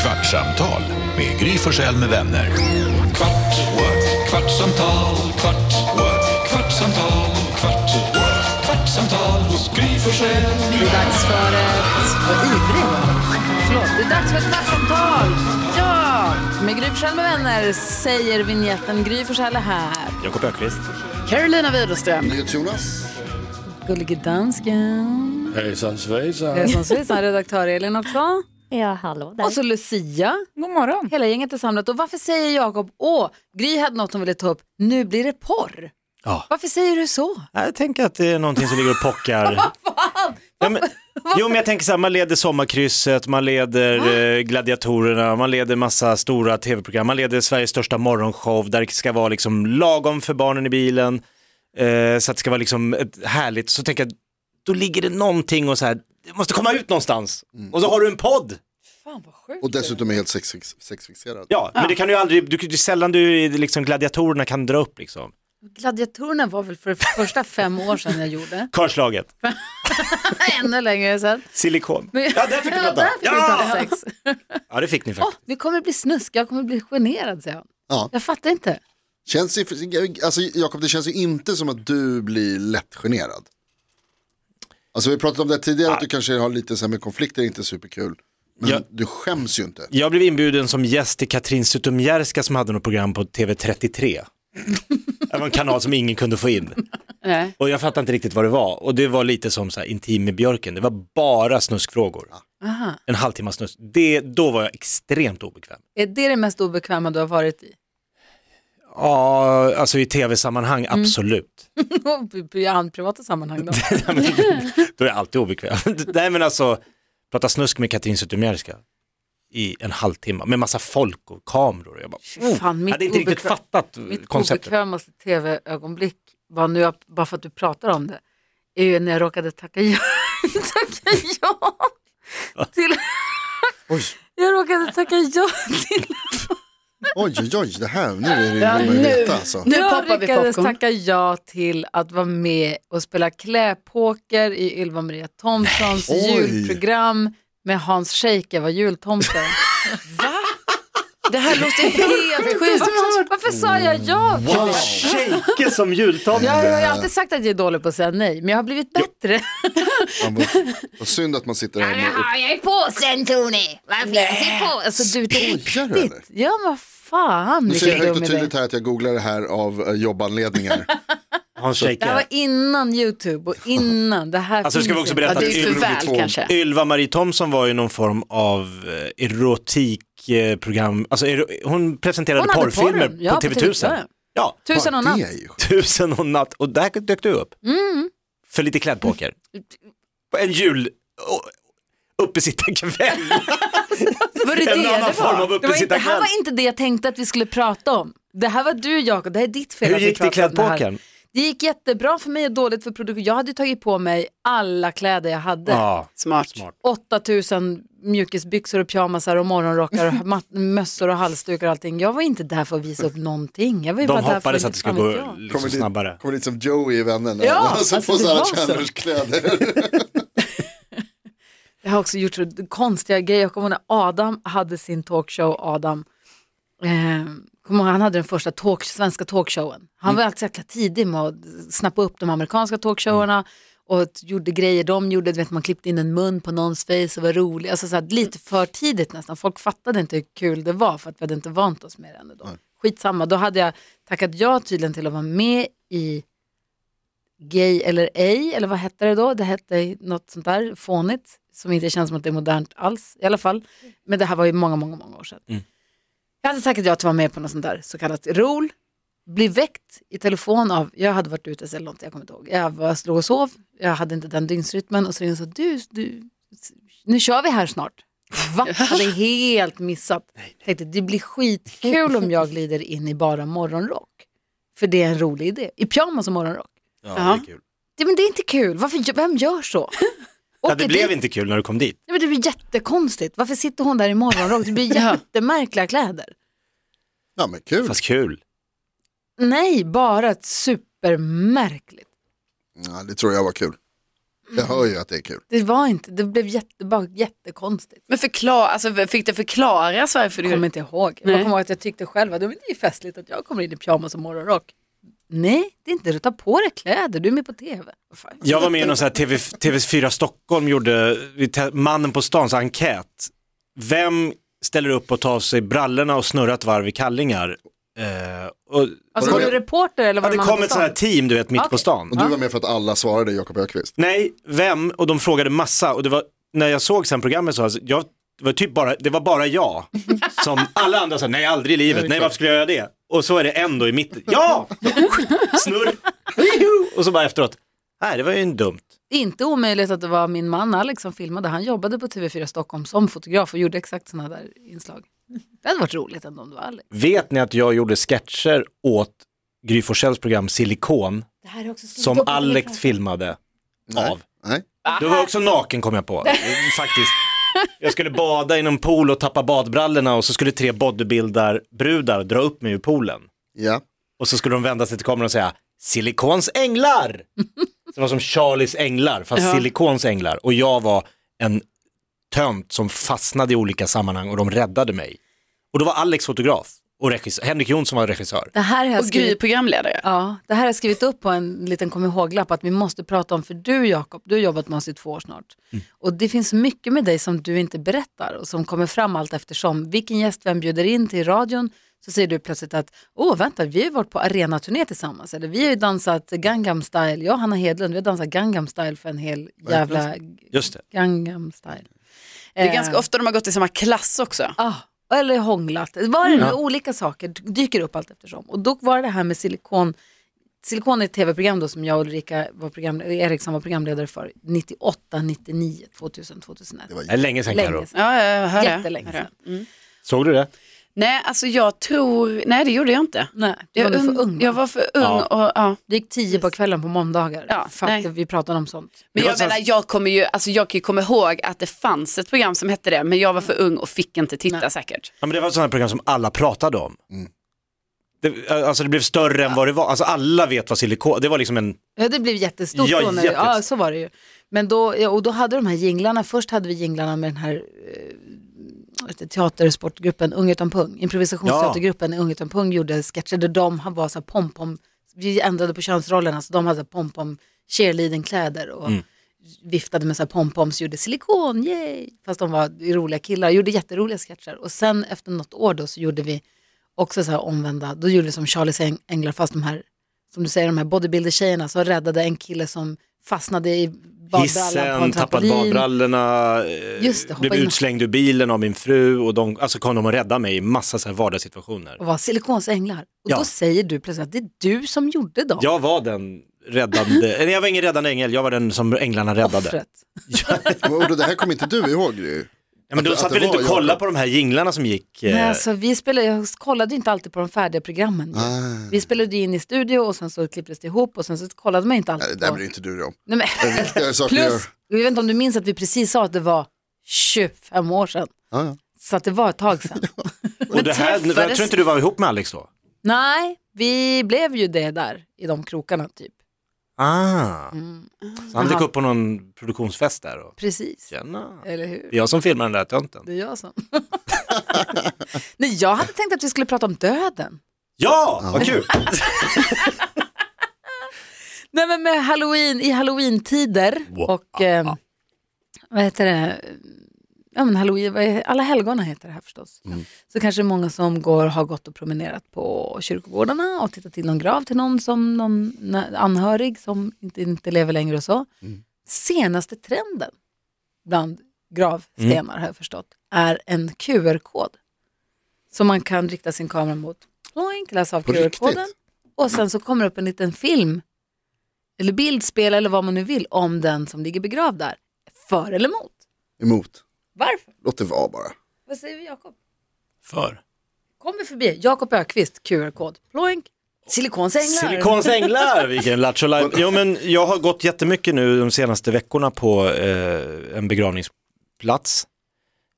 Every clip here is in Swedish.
kvartsamtal med Gry Forssell med vänner. Kvart, what? kvartsamtal, kvart, what? kvartsamtal, kvart, what? kvartsamtal hos Gry Forssell med Det är dags för ett... Vad ivrig Förlåt, det är dags för ett kvartsamtal! Ja! Med Gry Forssell med vänner säger vignetten Gry Forssell är här. Jakob Ökvist. Carolina Widerström. Jonas. Gullige dansken. Hejsan svejsan. Svejsan svejsan, redaktör Elin också. Ja, hallå där. Och så Lucia. God morgon. Hela gänget är samlat. Och varför säger Jakob, åh, Gry hade något hon ville ta upp, nu blir det porr. Ja. Varför säger du så? Jag tänker att det är någonting som ligger och pockar. Ja, men, jo men jag tänker så här, man leder Sommarkrysset, man leder eh, Gladiatorerna, man leder massa stora tv-program, man leder Sveriges största morgonshow där det ska vara liksom lagom för barnen i bilen, eh, så att det ska vara liksom ett härligt, så tänker jag, då ligger det någonting och så här, det måste komma ut någonstans. Och så har du en podd. Fan vad sjukt. Och dessutom är helt sexfix- sexfixerad. Ja, men det kan du ju aldrig, du, det är sällan du i liksom Gladiatorerna kan dra upp liksom. Gladiatorerna var väl för det första fem år sedan jag gjorde. Karlslaget, Ännu längre sedan. silikon. Men- Ja, där fick du Ja, prata. där fick vi prata Ja! sex. ja, det fick ni Åh, faktiskt. vi kommer bli snusk, jag kommer bli generad, säger han. Ja. Jag fattar inte. Känns ju, alltså, Jakob, det känns ju inte som att du blir lättgenerad. Alltså vi pratade om det här tidigare, att du kanske har lite så här med konflikter, är inte superkul. Men Ja. du skäms ju inte. Jag blev inbjuden som gäst till Katrin Zytomierska som hade något program på TV33. Det var en kanal som ingen kunde få in. Nej. Och jag fattade inte riktigt vad det var. Och det var lite som så här, intim med björken. Det var bara snuskfrågor. Aha. En halvtimme snusk. Det, då var jag extremt obekväm. Är det det mest obekväma du har varit i? Ja, alltså i tv-sammanhang, Mm. absolut. I an- privata sammanhang då? Då är jag alltid obekväm. Nej men alltså, prata snusk med Katrin Zytomierska i en halvtimme med massa folk och kameror. Jag bara, oh, fan, mitt hade inte riktigt obekväm- fattat Mitt konceptet. obekvämaste tv-ögonblick, bara, nu, jag- bara för att du pratar om det, är ju när jag råkade tacka ja, tacka ja till... Jag råkade tacka ja till... Oj, oj, oj, det här, nu är det ju vad man vill veta alltså. Nu jag poppar vi lyckades popcorn. tacka ja till att vara med och spela kläpoker i Ylva Maria Thomssons Nej. Oj. julprogram med Hans Scheike var jultomten. Det här låter helt sjukt. Mm. Varför, varför sa jag ja? till Wow. det? Shake som jultomte. Jag, jag har alltid sagt att jag är dålig på att säga nej, men jag har blivit bättre. Man bara, vad synd att man sitter här och jag är påsen Tony! Vad finns det på? Alltså du, det är Skojar du, eller? riktigt. Ja, vad fan. Nu ser jag vilken högt dum och idé. tydligt här att jag googlar det här av eh, jobbanledningar. Hans Det här var Scheike. innan YouTube och innan det här Alltså, ska vi finns också inte. berätta Ja, att det är Ylva för blir två. väl kanske. Ylva Marie Thomsson var ju någon form av eh, erotikprogram, alltså ero- hon presenterade Hon hade porrfilmer porren, ja, på på TV1000. TV1000. ja, Tusen och natt. Det är ju sjukt. tusen och natt och där dök du upp. För lite klädpoker. På En jul, och- uppesittarkväll. Var det En det annan det form var? av Det, var inte, det här uppesittarkväll. var inte det jag tänkte att vi skulle prata om. Det här var du Jakob, det här är ditt fel Hur att vi gick det i pratar om det här. klädpokern? Det gick jättebra för mig och dåligt för produktion. Jag hade ju tagit på mig alla kläder jag hade. Ja, Smart. 8000 mjukisbyxor och pyjamasar och morgonrockar och mat- mössor och halsdukar och allting. Jag var inte där för att visa upp någonting. Jag var ju de bara där för hoppades att det skulle fan vet gå jag. liksom dit- snabbare. kommer dit som Joey i Vännen. Ja, alltså, alltså, på det så här var så. Chandlers kläder. Jag har också gjort så konstiga grejer. Jag kommer ihåg när Adam hade sin talkshow, Adam. Eh, kommer ihåg, han hade den första talk, svenska talkshowen. Han var alltid så jäkla tidig med att snappa upp de amerikanska talkshowerna. Och att gjorde grejer de gjorde, du vet man klippte in en mun på någons face och var rolig. Alltså så här, lite för tidigt nästan. Folk fattade inte hur kul det var för att vi hade inte vant oss med det ännu då. Skitsamma, då hade jag tackat ja tydligen till att vara med i Gay eller ej, eller vad hette det då? Det hette något sånt där fånigt, som inte känns som att det är modernt alls i alla fall. Men det här var ju många, många, många år sedan. Mm. Jag hade tackat ja till att vara med på något sånt där så kallat rol. Blir väckt i telefon av, jag hade varit ute eller något, jag kommer inte ihåg. Jag var slog och sov, jag hade inte den dygnsrytmen och så ringde jag och sa, du, du, nu kör vi här snart. Va? Jag hade helt missat. Tänkte, det blir skitkul om jag glider in i bara morgonrock. För det är en rolig idé. I pyjamas och morgonrock. Ja, Ja. kul. Det, men det är inte kul. Varför, vem gör så? Ja, Åker det blev dit- inte kul när du kom dit. Nej, men det blir jättekonstigt. Varför sitter hon där i morgonrock? Det blir jättemärkliga kläder. Ja men kul. Fast kul. Nej, bara ett supermärkligt. Ja, det tror jag var kul. Jag hör ju att det är kul. Det var inte, det blev jätte, bara jättekonstigt. Men förklara, alltså, fick det förklaras varför Jag du... kommer inte ihåg. Nej. Jag kommer ihåg att jag tyckte själv att det är ju festligt att jag kommer in i pyjamas och morgonrock. Nej, det är inte det. Ta på dig kläder, du är med på tv. Vad fan. Jag var med i någon sån här TV, TV4 Stockholm gjorde vi te- Mannen på stans enkät. Vem ställer upp och tar av sig brallorna och snurrar ett varv i kallingar? Eh, och, Alltså Var var det- du reporter eller ja, var det det kom ett sånt här team du vet mitt på Okej. stan. Och du var med för att alla svarade Jakob Ökvist. Nej, vem? Och de frågade massa och det var, när jag såg sen programmet så alltså, jag, det var typ bara, det var bara jag som alla andra sa nej aldrig i livet, nej varför skulle jag göra det? Och så är det en då i mitten, ja! Snurr, Hiho! och så bara efteråt, nej det var ju en dumt. Inte omöjligt att det var min man Alex som filmade. Han jobbade på TV4 Stockholm som fotograf och gjorde exakt sådana där inslag. Det hade varit roligt ändå om det var Alex. Vet ni att jag gjorde sketcher åt Gry Forssells program Silikon som Alex filmade Nej. av? Nej. Du var också naken kom jag på, faktiskt. Jag skulle bada i någon pool och tappa badbrallorna och så skulle tre bodybuildarbrudar dra upp mig ur poolen. Ja. Och så skulle de vända sig till kameran och säga silikons änglar! Så det var som Charlies änglar, fast silikons änglar. Och jag var en tönt som fastnade i olika sammanhang och de räddade mig. Och då var Alex fotograf och regissör, Henrik Jonsson var regissör. Det här har jag Och Gry skrivit, programledare. ja, det här har jag skrivit upp på en liten kom ihåg-lapp att vi måste prata om, för du Jakob, du har jobbat med oss i två år snart. Och det finns mycket med dig som du inte berättar och som kommer fram allt eftersom. Vilken gäst vem bjuder in till radion så säger du plötsligt att, åh vänta, vi har ju varit på arenaturné tillsammans, eller vi har ju dansat Gangnam style, jag och Hanna Hedlund, vi har dansat Gangnam style för en hel jävla Just det. Gangnam style. Det är ganska ofta de har gått i samma klass också. Ah, eller hånglat. Det Var Mm. det nu olika saker dyker upp allt eftersom. Och då var det här med silikon. Silikon är ett tv-program då som jag och Ulrika var program, Eriksson var programledare för 98, 99, 2000, 2001. var Det är länge sedan Karo. Länge sedan. Ja, jag hör det. Jättelänge Hör det. sedan. Mm. Såg du det? Nej, alltså jag tror, nej det gjorde jag inte. Nej, du var Jag, nog und- för ung. jag Jag var för ung Ja. och ja. gick tio på kvällen på måndagar. Ja, för nej. att vi pratade om sånt. Men Det var jag så här- menar, jag kommer ju, alltså jag kan ju komma ihåg att det fanns ett program som hette det, men jag var för ung och fick inte titta säkert. Ja, men det var ett sånt här program som alla pratade om. Det, alltså det blev större än vad det var, alltså alla vet vad silikon, det var liksom en, Ja, det blev jättestort Ja, då. När, jätte- ja, så var det ju. Men då, ja, och då hade de här jinglarna, först hade vi jinglarna med den här eh, teatersportgruppen Ung utan pung, improvisationsteatergruppen Ung utan pung gjorde sketcher där de var så här pom-pom, vi ändrade på könsrollerna så de hade så här pom-pom cheerleading-kläder och viftade med så här pompoms, gjorde silikon, yay! Fast de var roliga killar, gjorde jätteroliga sketcher. Och sen efter något år då så gjorde vi också så här omvända, då gjorde vi som Charlies Äng- änglar fast de här, som du säger, de här bodybuilder-tjejerna som räddade en kille som fastnade i badbrallan på en hissen, tappade trampolin. badbrallorna, eh, Just det, hoppa blev in. utslängd ur bilen av min fru och de, alltså kom de och räddade mig i massa så här vardagssituationer. och var silikonsänglar. Och Ja. då säger du plötsligt att det är du som gjorde dem. Jag var den räddande, eller jag var ingen räddande ängel, jag var den som änglarna räddade. Offret. Och det här kommer inte du ihåg ju. Ja, men Att- du att satt det väl var inte och jag. kollade på de här jinglarna som gick? eh, Nej, alltså, vi spelade, jag kollade ju inte alltid på de färdiga programmen. ju. Ah. Vi spelade ju in i studio och sen så klipptes det ihop och sen så kollade man inte Nej, det alltid där på. bryr inte du dig om. Nej, men, Det är viktigare saker att göra. plus, jag vet inte om du minns att vi precis sa att det var 25 år sedan. Ja, ja. Så att det var ett tag sedan. och det här, träffades- jag tror inte du var ihop med Alex då? Nej, vi blev ju det där i de krokarna typ. Ah, så han dök Mm. Jaha. upp på någon produktionsfest där och, Precis, tjena, eller hur? det är jag som filmar den där tönten. Det är jag som. Nej, jag hade tänkt att vi skulle prata om döden. Ja, vad kul! Nej men med halloween, i halloween-tider och eh, vad heter det, ja men halloween, vad är- alla helgona heter det här förstås. Mm. Så kanske många som går, har gått och promenerat på kyrkogårdarna och tittat till någon grav till någon som någon na- anhörig som inte, inte lever längre och så. Mm. Senaste trenden bland gravstenar Mm. har jag förstått är en QR-kod som man kan rikta sin kamera mot. Ploink, läsa av På riktigt? QR-koden och sen så kommer det upp en liten film eller bildspel eller vad man nu vill om den som ligger begravd där. För eller emot? Emot. Varför? Låt det vara bara. Vad säger vi Jakob? För? Kommer förbi, Jakob Ökvist, QR-kod, ploink, silikonsänglar. Silikons änglar, vilken lattjo laj- Jo men jag har gått jättemycket nu de senaste veckorna på eh, en begravningsplats.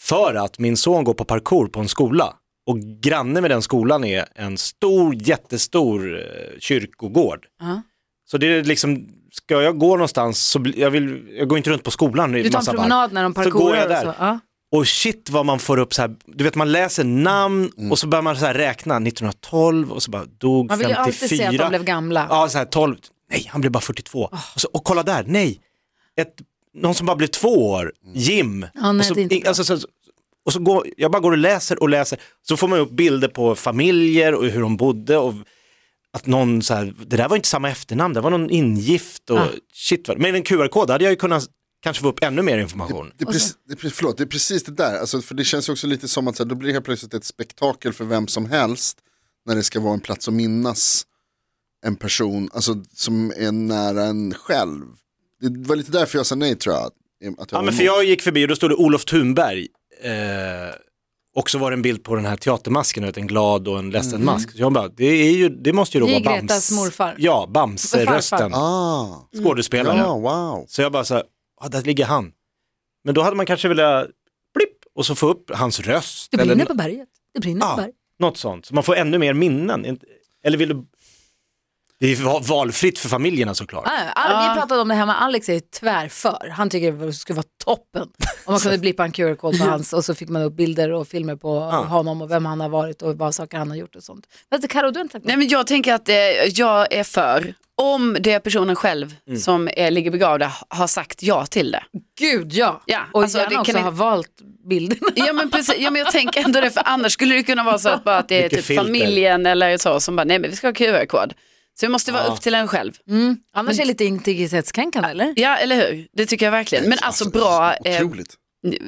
För att min son går på parkour på en skola. Och granne med den skolan är en stor, jättestor eh, kyrkogård. Ja. Så det är liksom, ska jag gå någonstans så bli, jag, vill, jag går inte runt på skolan Du i tar en massa promenad när de varv. Så går parkourar jag och där. så. Ja. Och shit vad man får upp så här, du vet man läser namn och så börjar man så här räkna 1912 och så bara dog Man vill ju 54. alltid se att de blev gamla. Ja, så här 12, nej han blev bara 42. Och, så, och kolla där, nej, ett, någon som bara blev två år, Jim. Ja, nej, och så, det är inte i- alltså, så, och så går, jag bara går och läser och läser, så får man upp bilder på familjer och hur de bodde och att någon så här, det där var inte samma efternamn, det var någon ingift och Ah. shit vad, med en QR-kod hade jag ju kunnat kanske få upp ännu mer information. Det är, precis, det, är, pre- förlåt, det är precis det där, alltså, för det känns ju också lite som att så här, då blir det helt plötsligt ett spektakel för vem som helst när det ska vara en plats att minnas en person alltså, som är nära en själv. Det var lite därför jag sa nej tror jag. Att jag Ja, var men för emot. jag gick förbi och då stod det Olof Thunberg. Eh, och så var det en bild på den här teatermasken, du vet, en glad och en ledsen Mm. mask. Så jag bara, det, är ju, det måste ju då Det är vara Gretas morfar. Ja, Bamse-rösten, Ah, skådespelaren. ja, wow. Så jag bara så här, ah, där ligger han. Men då hade man kanske velat, blipp, och så få upp hans röst. Det eller Ah. brinner nå- på berget. Det brinner på ja, berget. något sånt. Så man får ännu mer minnen. Inte- Eller vill du... Det är ju va- valfritt för familjerna såklart. Ah, ah, Vi pratade om det här med Alex är ju tvärför. Han tycker det skulle vara toppen om man kunde blippa en QR-kod på hans och så fick man upp bilder och filmer på Ah. honom och vem han har varit och vad saker han har gjort och sånt. Men Carro, du har inte sagt Nej, men jag tänker att eh, jag är för, om det är personen själv Mm. som är, ligger begravda ha- har sagt ja till det. Gud ja, Ja, och alltså, gärna det också kan ha ni- valt bilderna. Ja men precis, ja, men jag tänker ändå det för annars skulle det kunna vara så att, bara att det är Mycket typ filter. familjen eller så som bara nej men vi ska ha QR-kod. Så det måste vara Ja. upp till en själv. Annars är det lite integritetskränkande eller? Ja eller hur, det tycker jag verkligen. Men alltså bra, eh, Otroligt.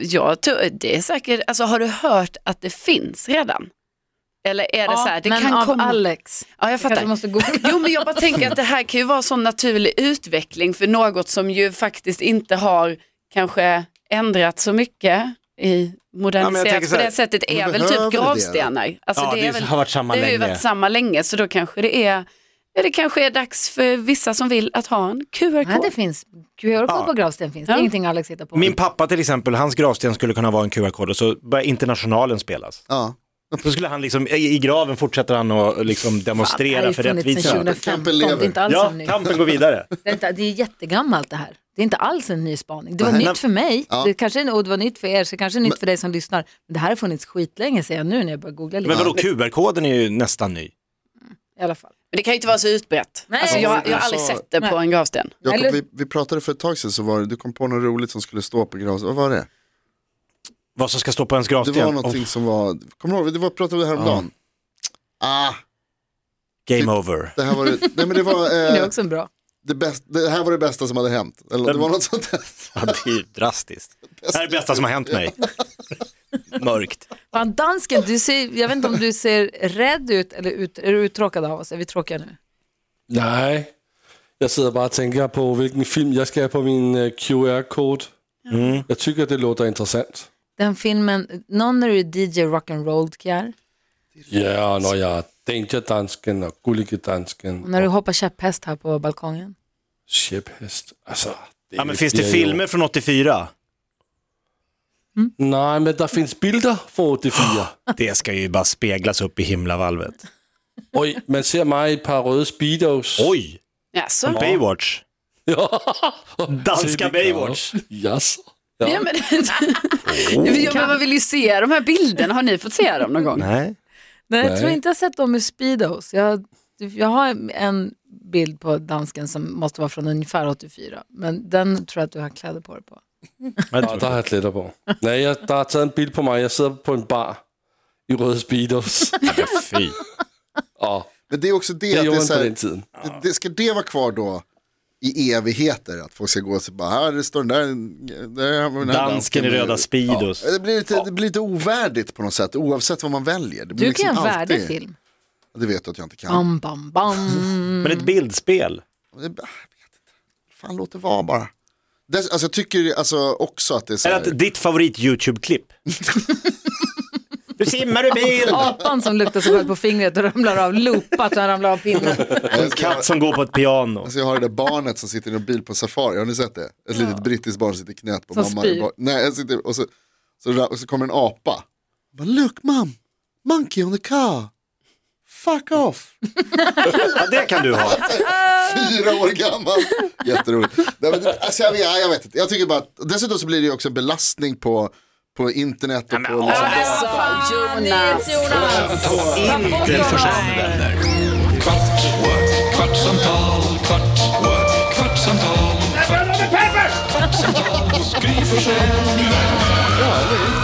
jag tror, det är säkert, alltså har du hört att det finns redan? Eller är det så här, det men kan av komma. Alex. Ja jag Kanske fattar. måste googla. Jo men jag bara tänker att det här kan ju vara sån naturlig utveckling för något som ju faktiskt inte har kanske ändrats så mycket i Ja, men jag tänker moderniserats så på här, det sättet är men väl behöver typ det det? gravstenar. Alltså, Ja, det är väl, har varit samma det har ju länge. varit samma länge så då kanske det är Ja, det kanske är dags för vissa som vill att ha en QR-kod. Nej, det finns. QR-kod på gravsten finns. Det är Ja. ingenting Alex hittar på. Min pappa till exempel, hans gravsten skulle kunna vara en QR-kod och så börjar Internationalen spelas. Ja. Då skulle han liksom, i, i graven fortsätter han att liksom Det demonstrera har ju för funnits sedan Alltså, rättvisa. 2015, Kampen det är lever. inte alls Ja, en ny. kampen går vidare. Det, är inte, det är jättegammalt det här. Det är inte alls en ny spaning. Det var Nej. nytt för mig, Ja. det kanske, och det var nytt för er, så det kanske är nytt för dig som lyssnar. Men det här har funnits skitlänge, ser jag nu när jag börjar googla lite. Men vadå, QR-koden är ju nästan ny. I alla fall. Men det kan ju inte vara så utbrett. Nej. Alltså, jag, jag har aldrig Alltså- sett det på en gravsten. Jakob, Eller- vi, vi pratade för ett tag sedan så var det, du kom på något roligt som skulle stå på gravsten, vad var det? Vad som ska stå på ens Det gravsten? var någonting Oh, som var, kommer du ihåg, det var, pratade vi häromdagen. Ah, game over. det här var det, nej men det var, Det eh, är också en bra. det, bäst, det här var det bästa som hade hänt. Eller det var något sånt där. Ja, det är ju drastiskt. Det här är det bästa som har hänt mig. Mörkt. Fan, dansken, du ser, jag vet inte om du ser rädd ut eller ut, är du uttråkad av oss? Är vi tråkiga nu? Nej, jeg sidder bare og tænker på, hvilken film jeg skal have på min øh, QR-kode. Jeg tykker, det låter interessant. Den filmen, någon när du är DJ rock'n'roll, Kjär, Ja, og når jeg er Danger-dansken og Gulligedansken och og när du hoppar käpphäst här på balkongen. Shephest. Altså, det Ja, men finns det bliver filmer från 84? Jo... Nej, men der findes bilder for 84. Det ska ju bara speglas upp i himlavalvet. Oj, man ser mig i et par røde speedos. Oj, Jaså? Baywatch. Ja. Danska Baywatch. Yes. Ja, men, ja, men man vill ju se de här bilderna, har ni fått se dem någon gång? Nej. Nej, jag Nej. tror inte jag sett dem i Speedos. Jag, jag har en bild på dansken som måste vara från ungefär 84, men den tror jag att du har kläder på dig på. Ja, det Nej, tror der jag. har jeg klæder på. Nej, jeg, der har taget en bild på mig. Jeg sidder på en bar i røde speedos. Fy. og Men det är också det, det att det, gjorde är man så på här, den tiden. det, det Ska det vara kvar då i evigheter? Att folk ska gå och så bara, här det står den där, där har vi den här Eh, Dansken i röda Speedos. Det blir, lite, det blir lite ovärdigt på något sätt, oavsett vad man väljer. Det blir Du kan liksom göra en alltid- värdig film. Ja, Det vet du att jag inte kan. Bam, bam, bam. Men ett bildspel. Det, jag vet inte. Fan, låt det vara bara. Dess, alltså, jag tycker alltså, också att det är så Eller här, att ditt favorit YouTube-klipp. du simmar ur bil. Apan som luktar så gott på fingret och ramlar av, loopat och han ramlar av pinnen. Alltså, jag, jag, Katt som går på ett piano. alltså, jag har det där barnet som sitter i en bil på safari, har ni sett det? Ett litet brittiskt barn sitter i knät på Som mamma. spyr. Nej, jag sitter, och, så, så, ra- och så kommer en apa. Bara, Look mom, monkey on the car. Fuck off. Ja, det kan du ha. Fyra år gammal. Jätteroligt. Nej, men, alltså, jag, vet- ja, jag vet inte. Jag tycker bara att, dessutom så blir det ju också en belastning på, på internet och på... Liksom, Alltså, Jonas. Gry Forssell med vänner. Kvart, what? kvartsamtal, kvart, what? kvartsamtal, kvartsamtal hos Gry Forssell med vänner.